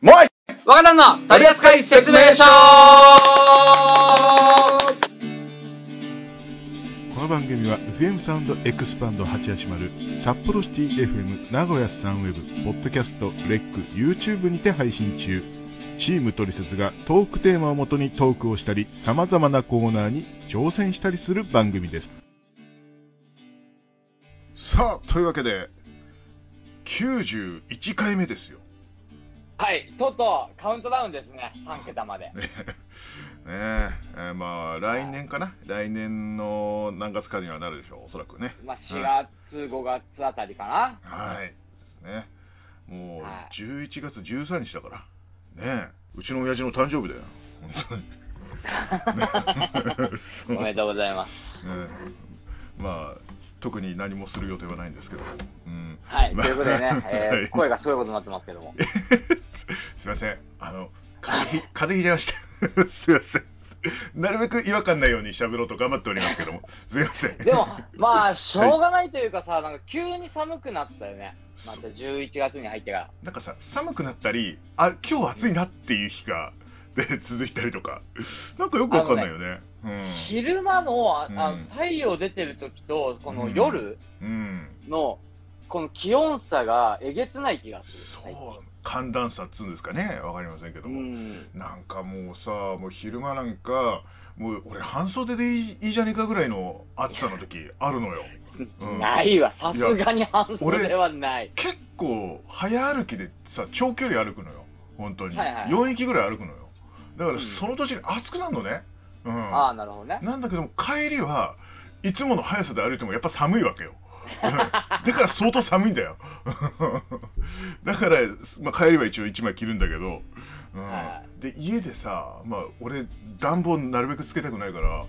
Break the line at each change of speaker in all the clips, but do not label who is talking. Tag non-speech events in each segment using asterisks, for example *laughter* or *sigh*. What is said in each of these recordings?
もうい
わからんの取扱説明書
この番組は FM サウンドエクスパンド880札幌シティ FM 名古屋スタンウェブポッドキャストレック YouTube にて配信中チームトリセツがトークテーマをもとにトークをしたりさまざまなコーナーに挑戦したりする番組です
さあ、というわけで、91回目ですよ。
はい、とうとうカウントダウンですね、3桁まで。
ねねええーまあ、来年かな来年の何月かにはなるでしょう、おそらくね。
まあ、4月、5月あたりかな。
はい。ね。もう
はい、
11月13日だから。ねえうちの親父の誕生日だよ。本当に。
おめで
と
*laughs* とうございます。
う。ねえまあ、特に何もする予定はないんですけど。うん。
はい、と
まあ
いうことでね、えー
*laughs* はい
声がすごいことになってますけ
*laughs*
ども。
すいません。あの、風邪
*laughs*
ひ風邪ひいちゃいました。 *laughs* すいません。なるべく違和感ないように喋ろうと頑張っておりますけども。すいません。
でも、まあ、しょうがないというかさ、なんか急に寒くなったよね。また11月に入ってから。
なんかさ、寒くなったり、あ、今日暑いなっていう日が、で、続いたりとか、なんかよくわかんないよね。
昼間のああの
うん
太陽出てる時と、この
うん
夜
うん。うん。
の、この気温差がえげつない気がする。最近
そう、寒暖差っつうんですかね、わかりませんけど
う
も。
ん。
なんかもうさ、もう昼間なんか、もう俺半袖でいいいいじゃねえかぐらいの暑さの時あるのよ。うん
ないわ、さすがに半袖はない。
結構早歩きでさ長距離歩くのよ本当に、
はいはい
4駅ぐらい歩くのよだから
うん
その途中に暑くなるのね、うん、
ああ、なるほどね。
なんだけども帰りはいつもの速さで歩いてもやっぱ寒いわけよ *laughs* うんだから相当寒いんだよ *laughs* だから、まあ、帰りは一応1枚着るんだけど、うん
は
で家でさ、まあ、俺暖房なるべくつけたくないから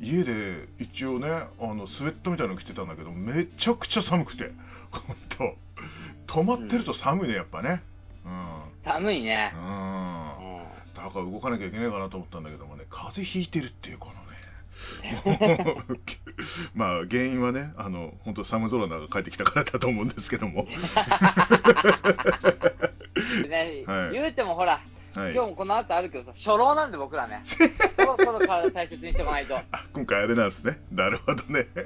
家で一応ねあのスウェットみたいなの着てたんだけどめちゃくちゃ寒くて *laughs* 本当止まってると寒いねやっぱねうん、
寒いね。
うんだから動かなきゃいけないかなと思ったんだけどもね、風邪ひいてるっていうこの
*laughs*
ね、もうまあ原因はね、あの本当寒空の中帰ってきたからだと思うんですけども、
うんでね
はい
言うてもほら、
はい
今、日もこの後あるけどさ、初老なんで僕ら
*laughs*
ね。そろそろ体大切にしておかないと。は
あ今回あれなんですね、なるほど
*laughs*
ね、
い。とい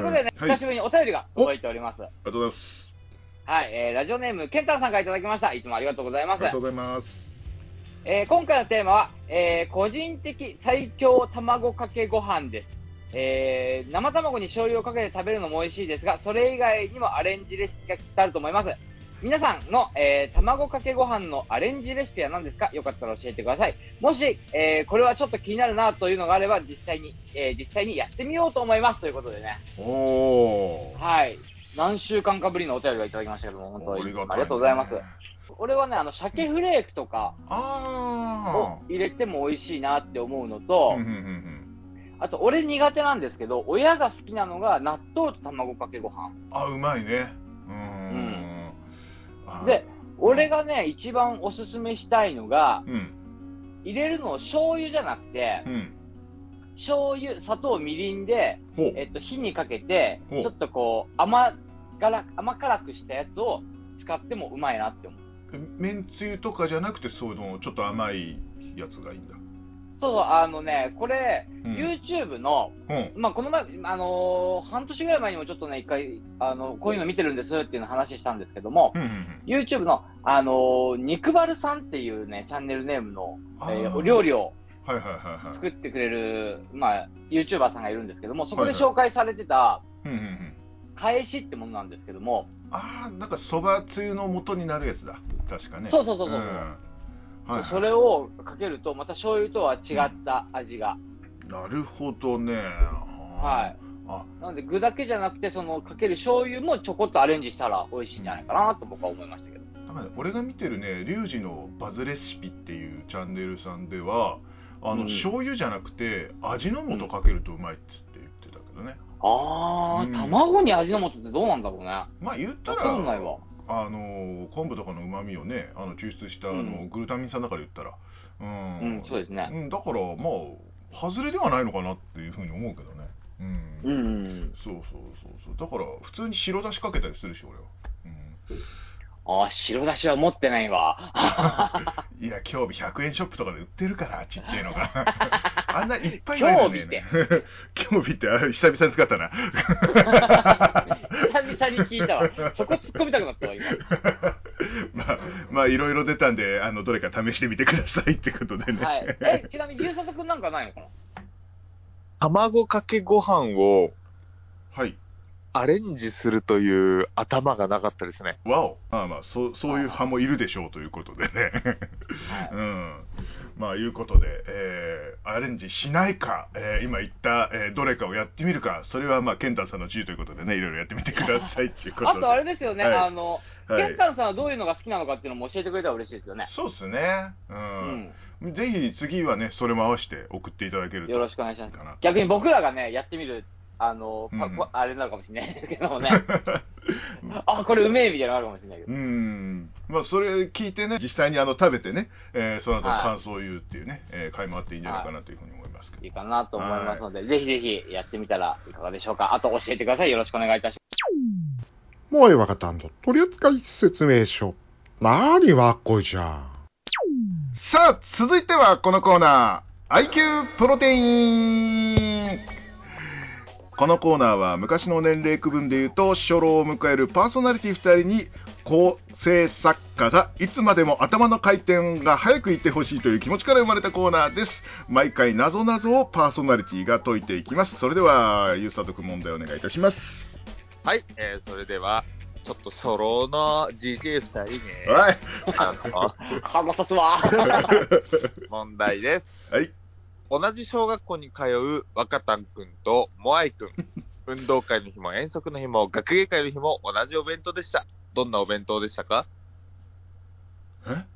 うことでね、
はい
久しぶりにお便りが届いております。
ありがとうございます、
はい、えーラジオネーム、ケンタンさんからいただきました。いつもありがとうござい
あ
ま
り
す
が。とうございます、
えー今回のテーマは、えー個人的最強卵かけご飯です。えー生卵に醤油をかけて食べるのも美味しいですが、それ以外にもアレンジレシピがきっとあると思います。皆さんの、えー卵かけご飯のアレンジレシピは何ですかよかったら教えてください。もし、えーこれはちょっと気になるなというのがあれば、実際に、えー実際にやってみようと思います。ということでね。
おー、
はい。何週間かぶりのお便りがいただきましたけども、本当に
りがたね
ありがとうございます。俺はね、あの、鮭フレークとか、を
あ
入れても美味しいなって思うのと
ー、うん、うんうん
あと俺苦手なんですけど、親が好きなのが納豆と卵かけご飯。
うんあ、うまいね、うーん、あー
で、俺がね、一番おすすめしたいのが、
うん、
入れるのを醤油じゃなくて
う、ん、
醤油、砂糖、みりんで、
ほう
え、っと、火にかけて、
ほう
ちょっとこう、甘辛、甘辛くしたやつを使ってもうまいなって思う。
めんつゆとかじゃなくて、そういうのちょっと甘いやつがいいんだ。
そうそう、あのね、これ、
うん
YouTube の、
うん
まあ、この前、あのー半年ぐらい前にもちょっとね、一回、あの、こういうの見てるんですっていうの話したんですけども、
うんうんうん、
YouTube の、あのー肉バルさんっていうね、チャンネルネームの、えー
あー
お料理を
はいはいはいはい。
作ってくれる、まあ、YouTuber さんがいるんですけども、そこで
はいはい
紹介されてた、
うんうんうん、
返しってものなんですけども、
ああ、なんかそばつゆの元になるやつだ。確かね。
そうそうそうそう
うんはいはい
それをかけると、また醤油とは違った味が。
なるほどね。
はい。
あ
なので、具だけじゃなくて、その、かける醤油もちょこっとアレンジしたら美味しいんじゃないかなと僕は思いましたけど。
なんかね、俺が見てるね、リュウジのバズレシピっていうチャンネルさんでは、あの、
うん
醤油じゃなくて、味の素かけるとうまいっつって言ってたけどね。
あー、
うん
卵に味の素ってどうなんだろうね。わ
まあ言ったら、
かんないわ。
あの昆布とかの旨味をね、あの抽出したあの、
うん
グルタミン酸だから言ったら、うん、
うん、そうですね。
うん、だからまあ外れではないのかなっていうふうに思うけどねうん、
うんうんうん。
そうそうそうそうだから普通に白だしかけたりするし俺は、うん、
ああ、白だしは持ってないわ。
いや、今日日100円ショップとかで売ってるから、ちっちゃいのが。
*laughs*
あんないっぱいない
今
の
日
ね
見て、
今日日って、あ久々に使ったな。 *laughs*
久々に聞いたわ。
*laughs*
そこ突っ込みたくなったわ、今。
まあ、まあ、いろいろ出たんで、あの、どれか試してみてくださいってことでね。
はい。え、ちなみに、ゆうさとくんなんかないのかな
卵かけご飯を
はい。
アレンジするという頭がなかったですね。
わお。まあまあ、そう、そういう派もいるでしょうということでね。
はい
うん。まあ、いうことで、えーアレンジしないか、えー今言った、えーどれかをやってみるか、それはまあ、ケンタさんの自由ということでね、いろいろやってみてくだ
*laughs*
さいっていうこと
あ
で。
とあれですよね、
はい
あの、
はい
ケンタンさんはどういうのが好きなのかっていうのも教えてくれたら嬉しいですよね。
そうですね。う。
うんん。
ぜひ次はね、それも合わせて送っていただけると。
よろしくお願いします。
かな。
逆に僕らがね、やってみる、あの、パ
うん
こあれになるかもしれないですけどもね。
*laughs*
あ、これうめえみたいなのがあるかもしれないけど。
*laughs* うん。まあ、それ聞いてね、実際にあの食べてね、えーその後
はい
感想を言うっていうね、えー買い回っていいんじゃないかなというふうに思いますけど。
いいかなと思いますので、ぜひぜひやってみたらいかがでしょうか。あと教えてください。よろしくお願いいたし
もうええわかったんだ。取扱説明書。なーにわっこいじゃん。
さあ、続いてはこのコーナー、IQ プロテインこのコーナーは昔の年齢区分でいうと初老を迎えるパーソナリティ2人に構成作家がいつまでも頭の回転が早くいってほしいという気持ちから生まれたコーナーです毎回なぞなぞをパーソナリティが解いていきますそれではゆうさとくん問題お願いいたします
はい、えーそれでは、ちょっとソロの GJ2 人に、
はい
あの
ます。歯
*laughs*
が立つわ。
問題です。
はい
同じ小学校に通う若田くんとモアイくん。運動会の日も遠足の日も学芸会の日も同じお弁当でした。どんなお弁当でしたか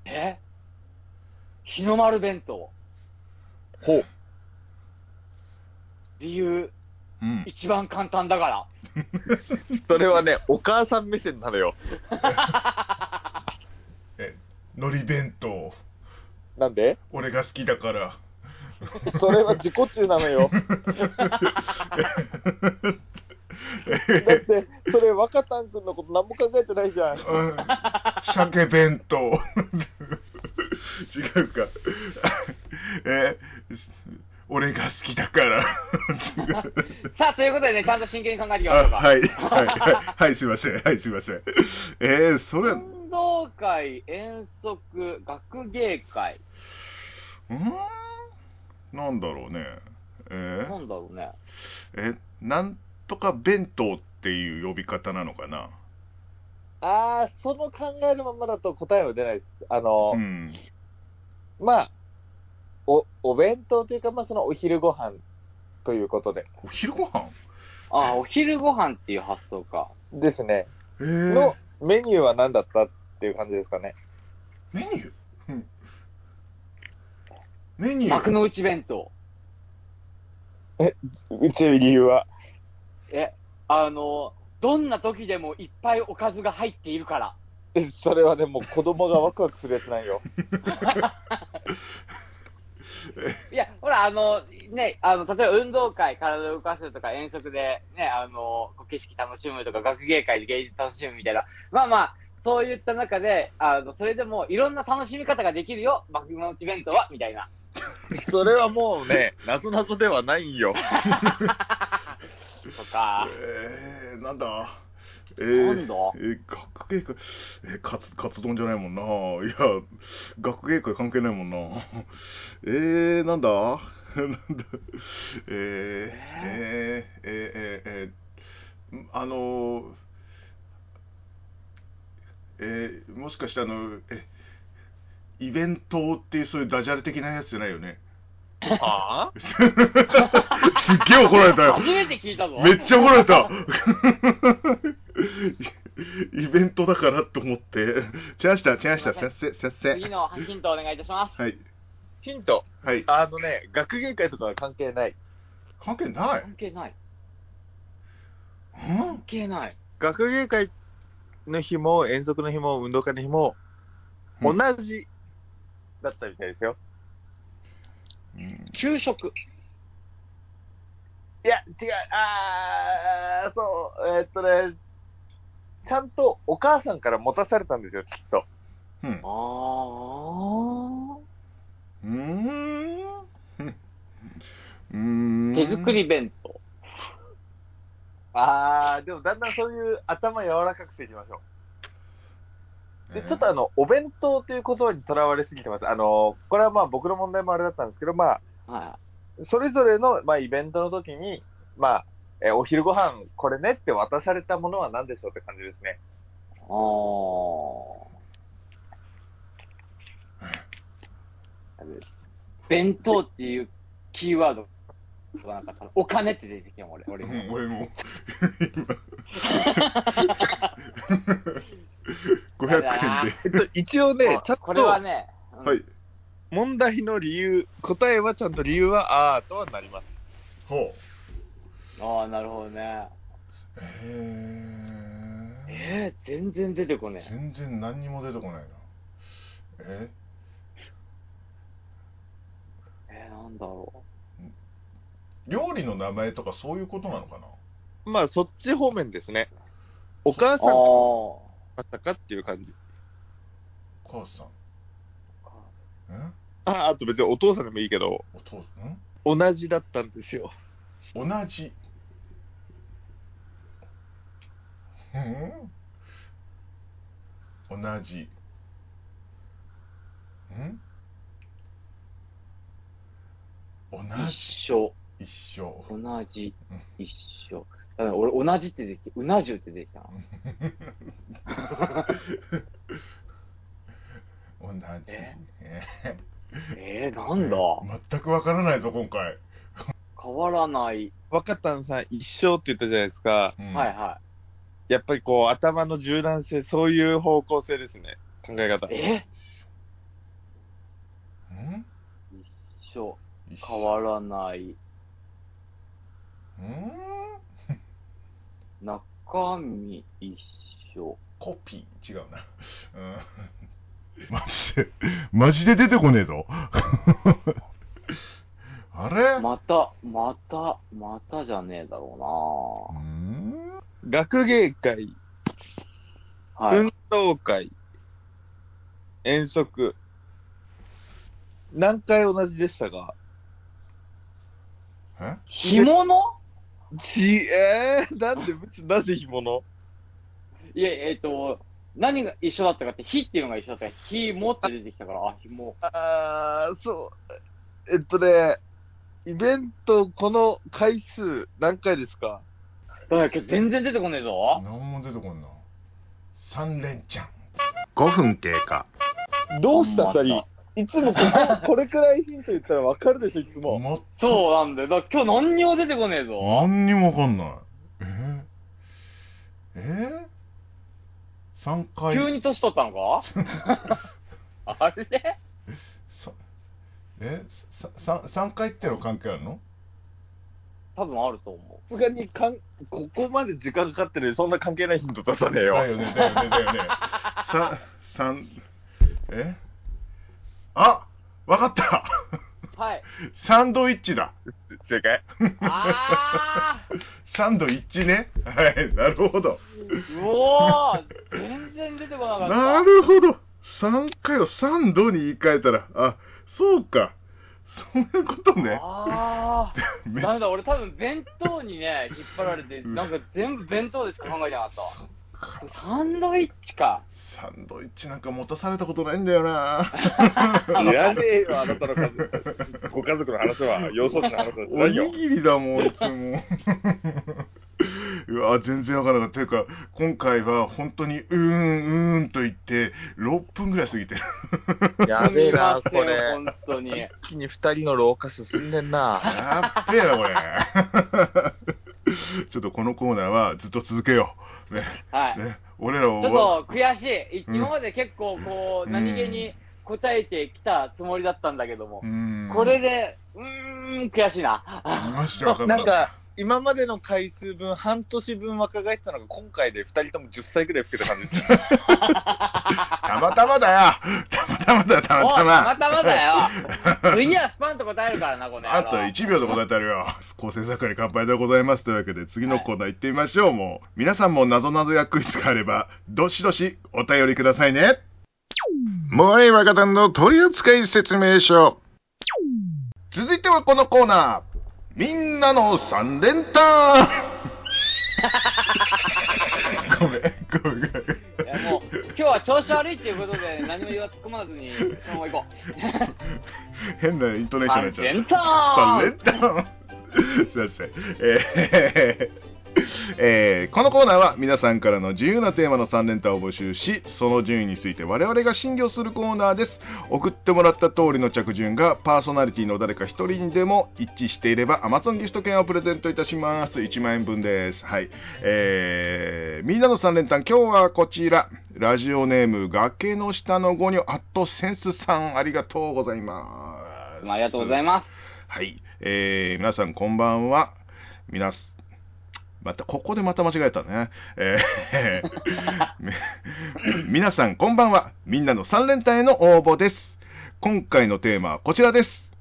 え
え日の丸弁当。
ほう。
理由、
うん
一番簡単だから。
それはね、お母さん目線なのよ。
のり弁当
なんで
俺が好きだから
*laughs* それは自己中なの *laughs* よ。
*laughs*
だって、それ若田くんのこと何も考えてないじゃん。
うん鮭弁当 *laughs* 違うかえ俺が好きだ *laughs* から
*laughs* さあ、ということでね、ちゃんと真剣に考えていきましょ
あ
うか。
はいはいはいはいすいませんはいすいませんえー、それう
運動会、遠足、学芸会。
ーんなんだろうねえ
な
ー
んだろうね。
えなんとか弁当っていう呼び方なのかな
ああ、その考えるままだと答えは出ないです。あの、
うん
まあ、お、お弁当というか、まあ、そのお昼ご飯ということで、
お昼ご飯
ああ、お昼ご飯っていう発想か。
ですね。
え
の
ー、
メニューは何だったっていう感じですかね。
メニューうんメニュ
幕
ー
の内弁当。
うちの理由は。
え、あの、どんな時でもいっぱいおかずが入っているから。
えそれはね、もう子供がワクワクするやつなんよ。
いや、ほら、あの、ね、あの、例えば運動会、体を動かすとか、遠足で、ね、あの、こう景色楽しむとか、学芸会で芸術楽しむみたいな。まあまあ、そういった中で、あの、それでもいろんな楽しみ方ができるよ、幕の内弁当は、みたいな。
*laughs* それはもうね、なぞなぞではないんよ。
とか、
えー、なんだえ
な
ー、
んだ
えー学芸会、えー、カツカツ丼じゃないもんな。いや、学芸会関係ないもんな。えー、なんだなんだえー、えー、えー、えー、えーんあのー、えー、もしかしてあの、え、イベントっていうそういうダジャレ的なやつじゃないよね。
はあ
すっげえ怒られたよ
*laughs* 初。めて聞いたぞ。
めっちゃ怒られたイベントだからと思って。チャンした、チャンした、
すい
先
ま
生、先生。
次のヒントお願いいたします。
はい、
ヒント。
はい。
あのね、学芸会とかは関係ない。
関係ない。
関係ない。
ん
関係ない。
学芸会の日も遠足の日も運動会の日も
う
同
ん
じだったみたいですよ。
給食。
いや、違う、あー、そう、えーっとね、ちゃんとお母さんから持たされたんですよ、きっと。
うん
ああ。
うーんうーん
手作り弁当。
あー、でもだんだんそういう頭柔らかくしていきましょう。で、ちょっとあの、お弁当という言葉にとらわれすぎてます。あの、これはまあ僕の問題もあれだったんですけど、まあ、
は
それぞれの、まあ、イベントの時に、まあ、えーお昼ご飯これねって渡されたものは何でしょうって感じですね。
い。ああ。弁当っていうキーワードがなんかったのお金って出てきたもん、俺。俺
う
今
ん俺も今500円で
えっと、一応ね、ちゃん
これは
と
ね、うん
はい
問題の理由、答えはちゃんと理由はあーとはなります。
ほう
ああ、なるほどね。
え
えー、全然出てこ
ー
ねえ。
全然何にも出てこないなえ
えー、なんだろ
料理の名前とかそういうことなのかな
まあ、そっち方面ですね。お母
う。
さんだ
ああ。
ったかっていう感じ。
母さんん
あ、あと別にお父さんでもいいけど、
お父さん
同じだったんですよ。
同じ。うん同じ。ん同じ。
一緒。
一
*laughs*
緒。
同じ。一緒。だから俺、同じって出てきた。うな重って出てきたな。
同じ。
え
え
えー、なんだ。
全くわからないぞ、今回。
変わらない。
若旦さん一生って言ったじゃないですか。
うん
はいは
やっぱりこう、頭の柔軟性、そういう方向性ですね。考え方
い。。え
ん
一緒。
一緒
変わらない。
うん
中身一緒。
コピー違うな。うん。マジで、マジで出てこねえぞ。あれ
また、また、またじゃねえだろ
うん
学芸会、
うな。はい。
運動会、遠足。何回同じでしたか
え
干物
ち、えー、なんで、なぜ干物
いや、えっ、と、何が一緒だったかって、火っていうのが一緒だったから、火もって出てきたから、あ、火も。
あー、そう。えっとね、イベント、この回数、何回ですか
だけど全然出てこねえぞ。
何も出てこんな。三連チャン。
5分経過。
どうした
ま
二人いつもこ *laughs* ここれくらいヒント言ったらわかるでしょ、いつも。
も
そうなんだよ。だから今日何にも出てこねえぞ。
何にもわかんない。ええ三回。
急に年取ったのか
*laughs*
あれ
さえささ三回っての関係あるの
多分あると思
さすがにかん、ここまで時間かかってるのにそんな関係ないヒント出さねえよ。
だよね、だよね、だよね。さ、三、えあわかった
う。
*laughs*
はい。
サンドイッチだ
正解。
あー
サンドイッチね。はい、なるほ
う
ど。
おー全然出てこなかった。
なるほど。3回をサンドに言い換えたら、あ、そうか。そういうことね。
ああ。
め
ダメだ、俺多分弁当にね、引っ張られて、
うん
なんか全部弁当でしか考えてなかったわ。サンドイッチか。
サンドイッチなんか持たされたことないんだよな。
いらねえよ、あなたの家族。ご家族の話は、幼少期の話はし
お
ないよ
に。ぎりだもん、いつも。
*laughs*
うわ全然わからなかった。というか、今回は本当にうーん、うーんと言って、6分ぐらい過ぎてる。
やべえな、
す
こ
みません
れ。
本当に。
一気に二人の老化進んでんな。
やっべえな、これ。 *laughs* ちょっとこのコーナーはずっと続けよう。ね、
はい。
ね、俺らを。
ちょっと悔しい。
うん
今まで結構こう、
うん
何気に答えてきたつもりだったんだけども
う。ん
これで、うーん、悔しいな。
マジで
*laughs*
わかんな
ないんか、今までの回数分、半年分若返ったのが、今回で二人とも10歳くらい老けた感じですね。
たまたまだよ。たまたまだ、たま
おい
た
たま
ま。
たまだよ。次はスパンと答えるから
*laughs*
な、この野郎
あと1秒で答えたるよ。 *laughs* 構成作家に乾杯でございます。というわけで、次のコーナー行ってみましょう。もう、皆さんも謎々やクイズがあれば、どしどしお便りくださいね。
萌え若旦の取扱説明書。
続いてはこのコーナー。みんなの三連 *laughs* 単ごめん、ごめん、ごめん。
いやもう、今日は調子悪いっていうことで、何も言わ突っ込まず
*laughs*
に、そのまま行こう。
変なイントネーションになっちゃった。
三連
*laughs* 三連単すいません。えーえーこのコーナーは皆さんからの自由なテーマの3連単を募集しその順位について我々が審議をするコーナーです送ってもらった通りの着順がパーソナリティの誰か1人にでも一致していれば Amazon ギフト券をプレゼントいたします1万円分ですはいえーみんなの3連単今日はこちらラジオネーム崖の下の5にアットセンスさんありがとうございます
単ありがとうございます。
はい、えー、皆さんこんばんは。皆す、また、ここでまた間違えたね。えー *laughs* み皆さんこんばんは。みんなの三連単への応募です。今回のテーマはこちらです。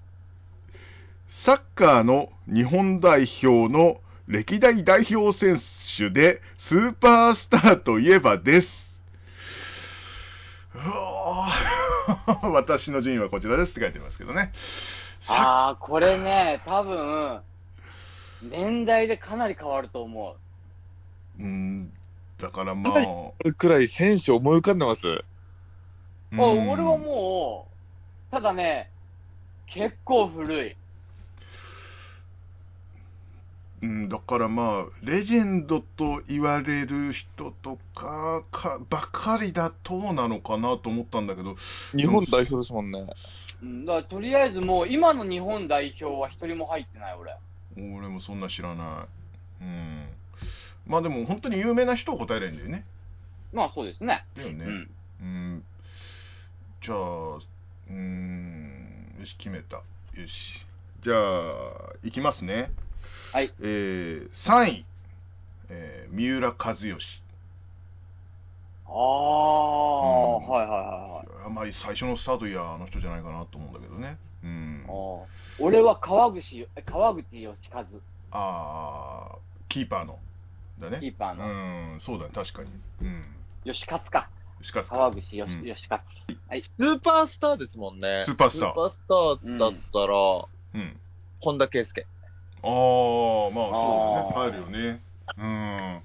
サッカーの日本代表の歴代代表選手でスーパースターといえばです。うおー *laughs* 私の順位はこちらですって書いてますけどね。
あー、これね、多分、年代でかなり変わると思う。
うん、だからまあ、
はいこれくらい選手思い浮かんでます。
うん
あ俺はもう、ただね、結構古い。
うん、だからまあ、レジェンドと言われる人とかかばかりだとなのかなと思ったんだけど、
*laughs* 日本代表ですもんね。
うん、だからとりあえずもう、今の日本代表は一人も入ってない、俺。
俺もそんな知らない。うん、まあでも、本当に有名な人を答えればいいんだよね。
まあそうですね。
だよね。
うん。
うん、じゃあ、うん、よし、決めた。よし。じゃあ、いきますね。
はい。
えー、3位、えー三浦知良。
ああ、はいはいはいはい。
あんまり最初のスタートいや、あの人じゃないかなと思うんだけどね。うん。
あー俺は川口、え川口義和、
ああ、キーパーの。だね。
キーパーの
うん、そうだね、確かに。うん。
義和か。
しかし、
川口義,、
うん
義和。
スーパースターですもんね。
スーパースタ
スー
ー
パースターだったら、
うん。
本田圭佑。
ああ、まあ、そうだ
あ
ね、
ー
入るよね。うん。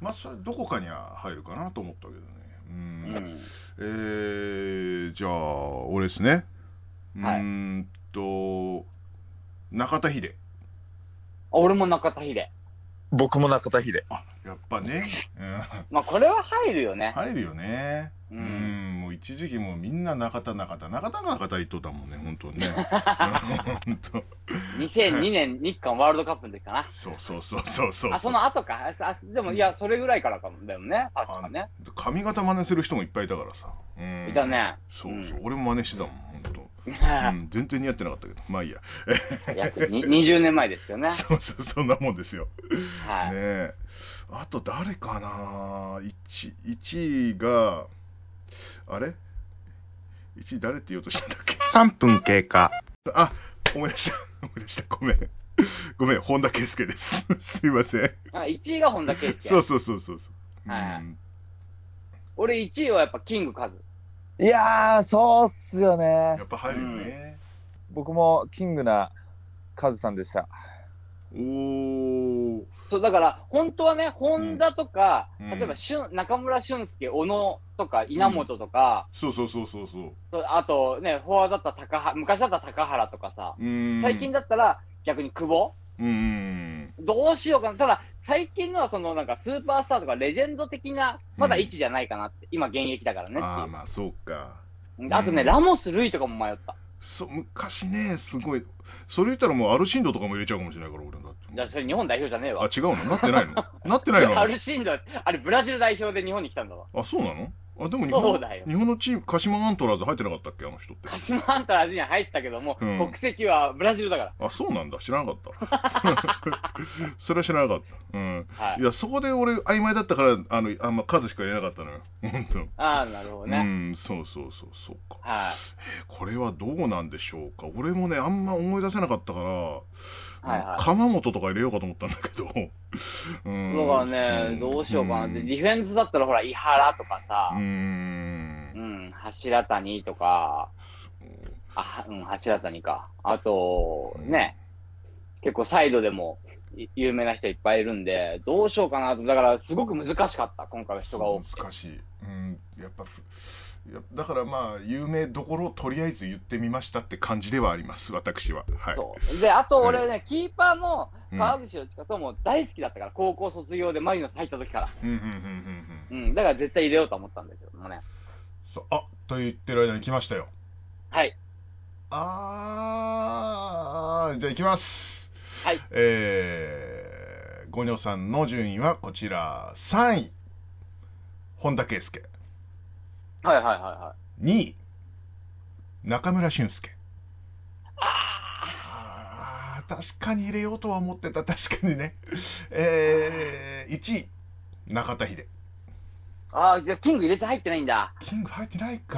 まあ、それ、どこかには入るかなと思ったけどね。う。
うんん。
えー、じゃあ、俺ですね。う
はい
ーんと、中田秀。
あ俺も中田秀。
僕も中田秀。
あ、やっぱね。うん
まあこれは入るよね。
入るよね。う、
うんん
もう一時期もうみんな中田中田中田中田言っとったもんね、本当にね。
*laughs*
本当。
2002年日韓ワールドカップの時かな。
そうそうそうそうそう。
あ、その後か。ああでも、いや、それぐらいからかも。だよね。確かね。
あの髪型真似する人もいっぱいいたからさ。うん。
いたね。
そうそう、
うん
俺も真似してたもん、本当。うん、全然似合ってなかったけど、まあいいや。
*laughs* 約に20年前ですよね。
*laughs* そうそう、そんなもんですよ。
はい。
ねえ。あと誰かな 1, 1位が、あれ ?1 位誰って言おうとしたんだっけ
3分経過。
あ、思い出した、思い出した、ごめん。ごめん、本田圭佑です。 *laughs* すいません。
あ1位が本田圭佑。
そうそうそうそうそう。
はい
うん
俺1位はやっぱキングカズ。
いやー、そうっすよね
や。っぱ入るよね。
僕もキングなカズさんでした。
おー。
そう、だから、本当はね、本田とか、
うん
例えば、俊中村俊輔、小野とか、稲本とか、
そうそうそうそうそう。
そうあとね、フォワードだったら高は、昔だったら高原とかさ、
うーん。
最近だったら逆に久保
うーん。
どうしようかな。ただ、最近のはそのなんかスーパースターとかレジェンド的な、まだ位置じゃないかなって、今現役だからね
ああ、
っ
まあそうか。
ていう。あとね、
うん
ラモス・ルイとかも迷った。
そう、昔ね、すごい。それ言ったらもうアルシンドとかも入れちゃうかもしれないから、俺だ
じゃあ、
って。
それ日本代表じゃねえわ *laughs*
あ、。違うのなってないのなってないの
アルシンド、あれブラジル代表で日本に来たんだわ。 *laughs*
あ、そうなのあでも日
そう
本
だよ
日本のチーム鹿島アントラーズ入ってなかったっけあの人って
鹿島アントラーズには入ってたけども、
うん
国籍はブラジルだか
あそうなんだ知らなかった *laughs* それは知らなかったうん
ら。はい
い。やそこで俺曖昧だったからあのあんま数しか入れなかったのよ *laughs* 本当
ああ、なるほど
う
ね。
んそうそうそうそうか
は
これはどうなんでしょうか俺もねあんま思い出せなかったから、
はいはい
鎌本とか入れようかと思ったんだけど、 *laughs* うん
い。だからね、どうしようかなって、
ん
ディフェンスだったらほら、伊原とか
う
さ、うんん、柱谷とか、あ、うん、柱谷か。あと、ね、結構サイドでもい有名な人いっぱいいるんで、どうしようかなと。だから、すごく難しかった、今回は人が多くて。
難しい、うん、やっぱやだからまあ有名どころをとりあえず言ってみましたって感じではあります私ははい
そう。で、あと俺ね、キーパーの
うん
川口の近とも大好きだったから、高校卒業でマリノス入った時から。
うんうんうんうんう
うんん、だから絶対入れようと思ったんだけどもね。
そうあと言ってる間に来ましたよ
はい。
あーじゃあ行きます
はい
えー、ゴニョさんの順位はこちら3位本田圭佑
はいはいはいはい。
2位中村俊輔
あ
あー確かに入れようとは思ってた確かにねえー、1位中田秀
ーあー、じゃあキング入れて入ってないんだ。
キング入ってないか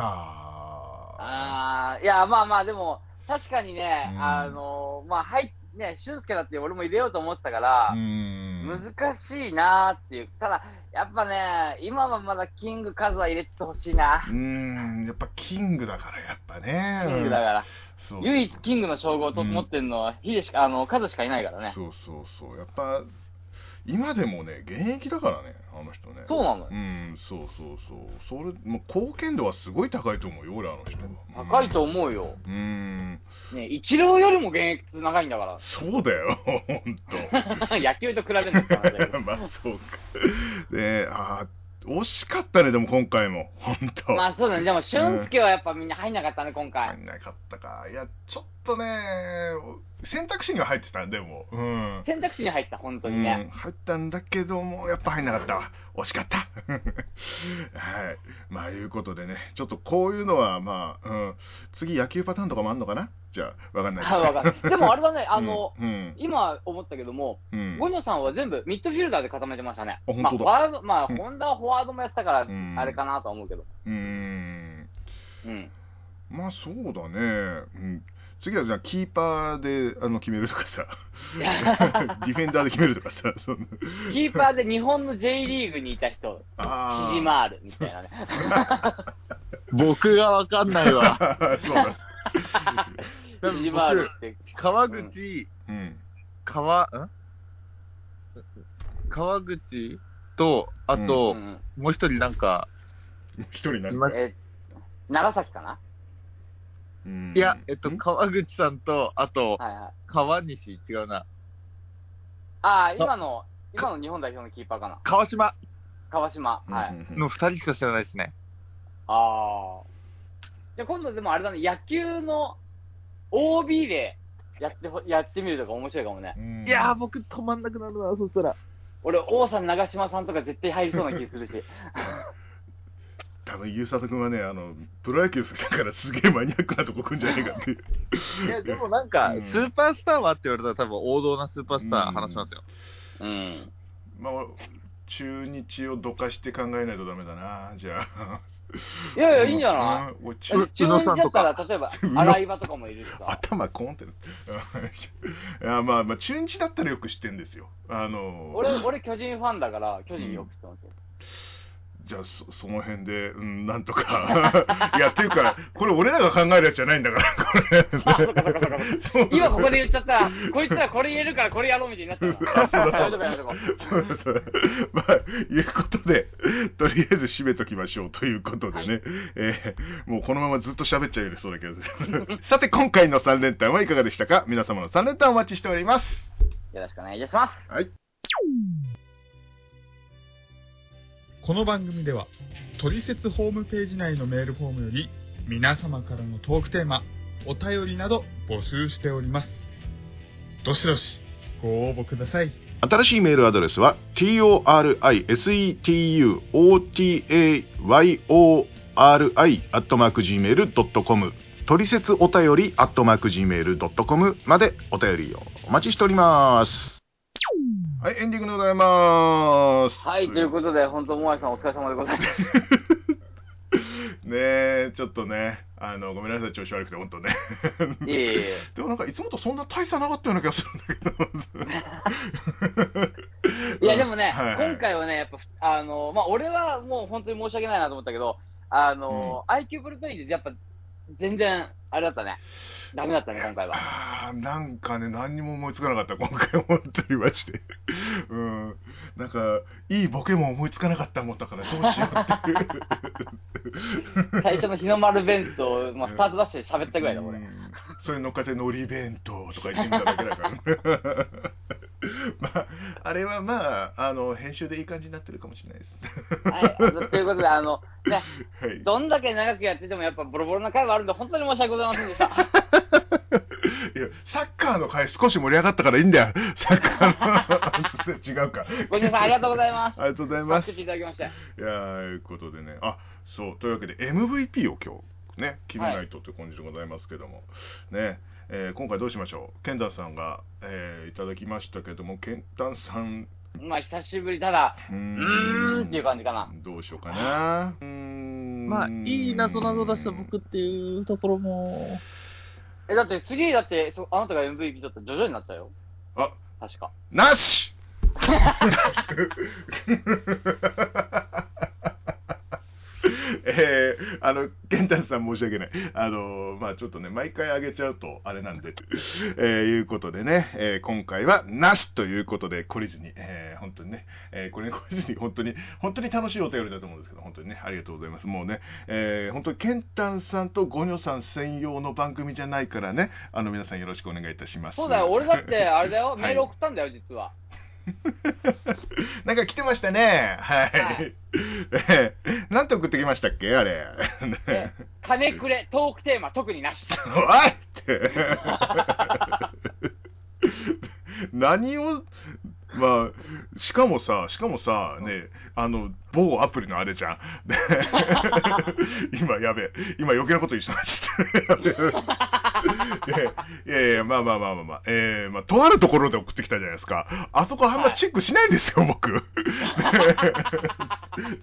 ああ、いや、まあまあ、でも、確かにね、
うん
あの、まあ、はい、ね、俊介だって俺も入れようと思ってたから
うー、
難
ん
しいなーっていう。ただ、やっぱね、今はまだキング数は入れてほしいな
う。ーんやっぱキングだからやっぱね
キングだから。
そう
唯一キングの称号をと持ってるのは、ヒデしか、あの、数しかいないからね。
そうそうそうやっぱ今でもね現役だからねあの人ね
そうなのよ
うんそうそうそうそれもう貢献度はすごい高いと思うよ俺あの人は
高いと思うよ。
うんうん
ね、イチローよりも現役長いんだか
そうだよ本
ら。 *laughs* 野球と比べるのかなだけ
当
ど
まあ *laughs* そうかであー惜しかったねでも今回も本当
まあそうだね。でも、俊介はやっぱみんな入んなかったね、今
入
回。
んなかったかいやちょっとね選択肢には入ってたでもうん
選択肢に入った、本当
う
にね。
ん、入ったんだけども、やっぱ入んなかったわ。惜しかった。 *laughs* はい。まあ、いうことでね、ちょっとこういうのは、まあ、うん、次野球パターンとかもあんのかなじゃあ、わかんない
あわかる。でもあれだね、あの、
うん、
今思ったけども、
うん、
ゴニョさんは全部ミッドフィルダーで固めてましたね。
あ本
まあ、
当
フォ
だ
ワード、まあ、
うん
ホンダはフォワードもやってたから
うん、
あれかなとは思うけど。
うん、うん。
うん。
まあ、そうだね。うん。次は、じゃあ、キーパーで、あの、決めるとか
*laughs*
さ、ディフェンダーで決めるとかさ、そんな。
キーパーで日本の J リーグにいた人、
あー
シジマールみたいなね。
僕がわかんない *laughs* わ。
*laughs* そうだ。
でも
シジマールって。
川口、
うん。
川、ん川口と、あ
う
と、
ん
もう一人なんか、
一人なん
今
か。
え長崎かな
うん
いや、えっと、
ん
川口さんと、あと、
はいはい。
川西、違うな。
ああ、今の、今の日本代表のキーパーかな。
川島
川島。は
うん
い。
うんうん
の二人しか知らないですね。
ああ。じゃあ今度でもあれだね、野球の OB でやってほ、やってみるとか面白いかもね。
うん
いやー、僕止まんなくなるな、そしたら。
俺、王さん、長嶋さんとか絶対入りそうな気するし。
多分ゆうさと君はねあのプロ野球好きだからすげえマニアックなとこ来んじゃねえかっ
*laughs*
ていう
いや、でもなんか、
うん
スーパースターはって言われたら多分王道なスーパースター話しますよ。
*laughs* うん。
まあ中日をどかして考えないとダメだなじゃあ
いやいや、いいんじゃない
うん俺
え
中
中日だったら、例えば
宇野、
洗い場とかもいるしさ。
頭コーンってなって *laughs* いやまあまあ中日だったらよく知ってんですよあの
俺、俺、巨人ファンだから、巨人よく知ってますよ。
じゃあそその辺でうんなんとか *laughs* いやっていうかこれ俺らが考えるやつじゃないんだからこれ
あそっかそっかそっか
そう
今ここで言っちゃったら、こいつらこれ言えるからこれやろうみたいになっちゃうから。やめとこうやめとこう。
そうそう。まあ、いうことで、とりあえず締めときましょうということでね、
は
えーもうこのままずっと喋っちゃいそうだけど、 *laughs* さて、今回の3連単はいかがでしたか皆様の3連単お待ちしております。
よろしくお願いいたします。
はい。
この番組では、トリセツホームページ内のメールフォームより、皆様からのトークテーマ、お便りなど募集しております。どしどしご応募ください。
新しいメールアドレスは torisetuotayori.gmail.com トリセツお便り .gmail.com までお便りをお待ちしております。
はい、エンディングでございます。
はい、ということで、本当、モアイさんお疲れ様でございます。
ねえ、ちょっとね、あの、ごめんなさい、調子悪くて、本当ね。
いえいえ。
*laughs* でもなんか、いつもとそんな大差なかったような気がするんだけど。
*laughs* いや、でもね、
*laughs* はいはい
今回はね、やっぱ、あの、まあ、俺はもう本当に申し訳ないなと思ったけど、あの、IQ プルトリーでやっぱ、全然、あれだったね。ダメだったね、今回は。
あーなんかね、何にも思いつかなかった、今回、本当にマジで。 *laughs* うん。なんか、いいボケも思いつかなかった思ったから、どうしよ
*laughs*
うっていう。
最初の日の丸弁当、まあ、スタートダッシュで喋ったぐらいだ、俺
う。んそれに乗っかって海苔弁当とか言ってみただけだから、ね、 *laughs* まああれはまああの編集でいい感じになってるかもしれないです
はい。ということで、あの、ね、
*laughs* はい
どんだけ長くやってても、やっぱボロボロな回はあるんで、本当に申し訳ございませんでした。
いやサッカーの回少し盛り上がったからいいんだよサッカーの
*laughs*
*laughs* 違うか
ご清聴ありがとうございます。
ありがとうござい
助
ます
け
い
ていただきまして。
やーいうことでねあそうというわけで MVP を今日ね決めないとって感じでございますけども、ねえー今回どうしましょうケンダンさんが、えーいただきましたけどもケンダンさん
まあ、久しぶり、ただ、
うー
うーんっていう感じかな。
どうしようかな。うーん
まあ、いいなぞなぞ出した僕っていうところも。
え、だって次、だって、そあなたが MVP だったら、徐々になっちゃうよ。
あ
確か。
なし *laughs* えー、あの、玄太さん申し訳ない。あの、まあちょっとね、毎回あげちゃうとあれなんで、えーいうことでね、えー今回はなしということで、懲りずに、えー本当にね、えーこれ懲りずに、本当に、本当に楽しいお便りだと思うんですけど、本当にね、ありがとうございます。もうね、えー本当に玄太さんとゴニョさん専用の番組じゃないからね、あの、皆さんよろしくお願いいたします。
そうだよ、俺だって、あれ
*laughs*
だよ、
い
メール送ったんだよ、実は。
*laughs* なんか来てましたね。はい。
はい
*laughs* ええなんて送ってきましたっけあれ。ね
え金くれ、トークテーマ、特になし。
おいって。 *laughs* 何を、まあ、しかもさ、しかもさ、ね、あの、某アプリのあれじゃん。 *laughs* ね今、やべえ。今、余計なこと言ってました。 *laughs* いやいやいや、まあまあまあまあまあ、えー、まあ、とあるところで送ってきたじゃないですか。あそこあんまチェックしないんですよ、僕。 *laughs* ね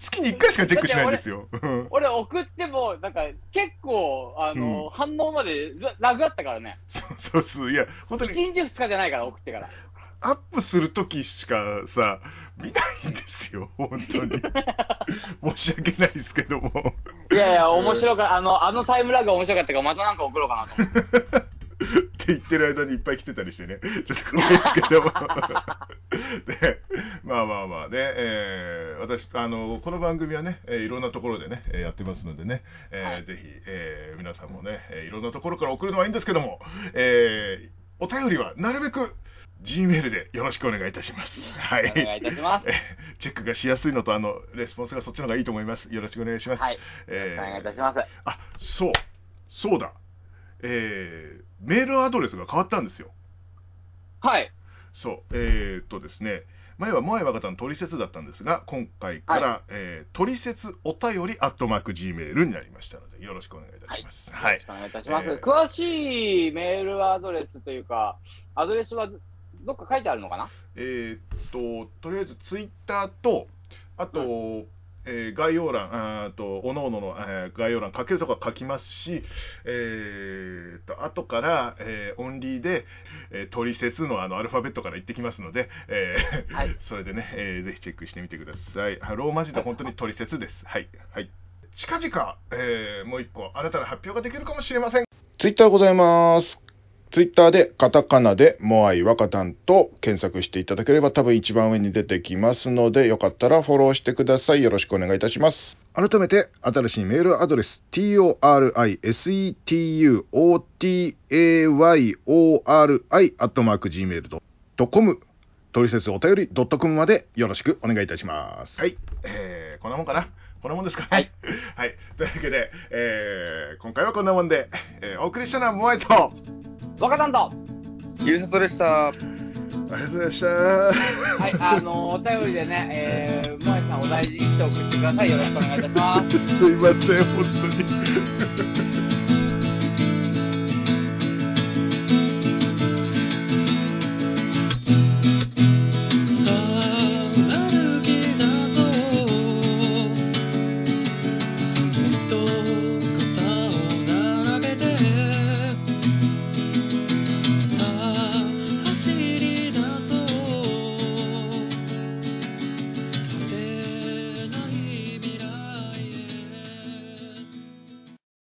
月に1回しかチェックしないんですよ。 *laughs* うん
俺、送っても、なんか、結構、あの、
うん
反応までララグあったからね。
そうそうそう。いや、本当
1
に。
日2日じゃないから、送ってから。
アップするときしかさ、見ないんですよ、本当に。申し訳ないですけども。
いやいや、面白かった。 *laughs* あの、あのタイムラグが面白かったから、またなんか送ろうかなと思って。
って言ってる間にいっぱい来てたりしてね、ちょっとごめんですけども。で、まあまあまあね、えー私、あの、この番組はね、えーいろんなところでね、えーやってますのでね、えー
はい
ぜひ、えー皆さんもね、えーいろんなところから送るのはいいんですけども、えーお便りはなるべく G メールでよろしくお願いいたします。はい。
お願いいたし
*laughs*
ます。
えチェックがしやすいのと、あの、レスポンスがそっちの方がいいと思います。よろしくお願いします。
はい。よろ
え
し
ー
くお願いいたします。
あ、そう。そうだ。えーメールアドレスが変わったんですよ。
はい。
そう。えーっとですね。前はモアイ若田の取説だったんですが、今回から、えー、取説お便りアットマーク Gmail になりましたので、よろしくお願いいたします。は
よろ
い
し。くお願いいたします。
えー
詳しいメールアドレスというか、アドレスはどどっか書いてあるのかな
えーっと、とりあえずツイッターと、あと、
う
えー概要欄、あーっとおのおのの、えー概要欄書けるとこは書きますし、えーっと後から、えーオンリーで、えー、トリセツのあのアルファベットから行ってきますので、えー
はい
*laughs* それでね、えーぜひチェックしてみてください。あローマ字で本当にトリセツです。はい。はい、近々、えーもう一個、新たな発表ができるかもしれません。
ツイッターございます。ツイッターでカタカナでモアイワカタンと検索していただければ多分一番上に出てきますのでよかったらフォローしてください。よろしくお願いいたします。改めて新しいメールアドレス torisetuotayori.gmail.com トリセツお便り .com までよろしくお願いいたします。
はい、えーこんなもんかな。こんなもんですかね。
はい。
*laughs* はい、というわけで、えー今回はこんなもんで、えーお送りしたのはモアイと、
若さんと
ゆうさとでした。
ありがとうございました。
はい、 *laughs* あのお便りでね、えー、もえさんお大事にして送ってください。よろしくお願いいたします。
すいません、本当に。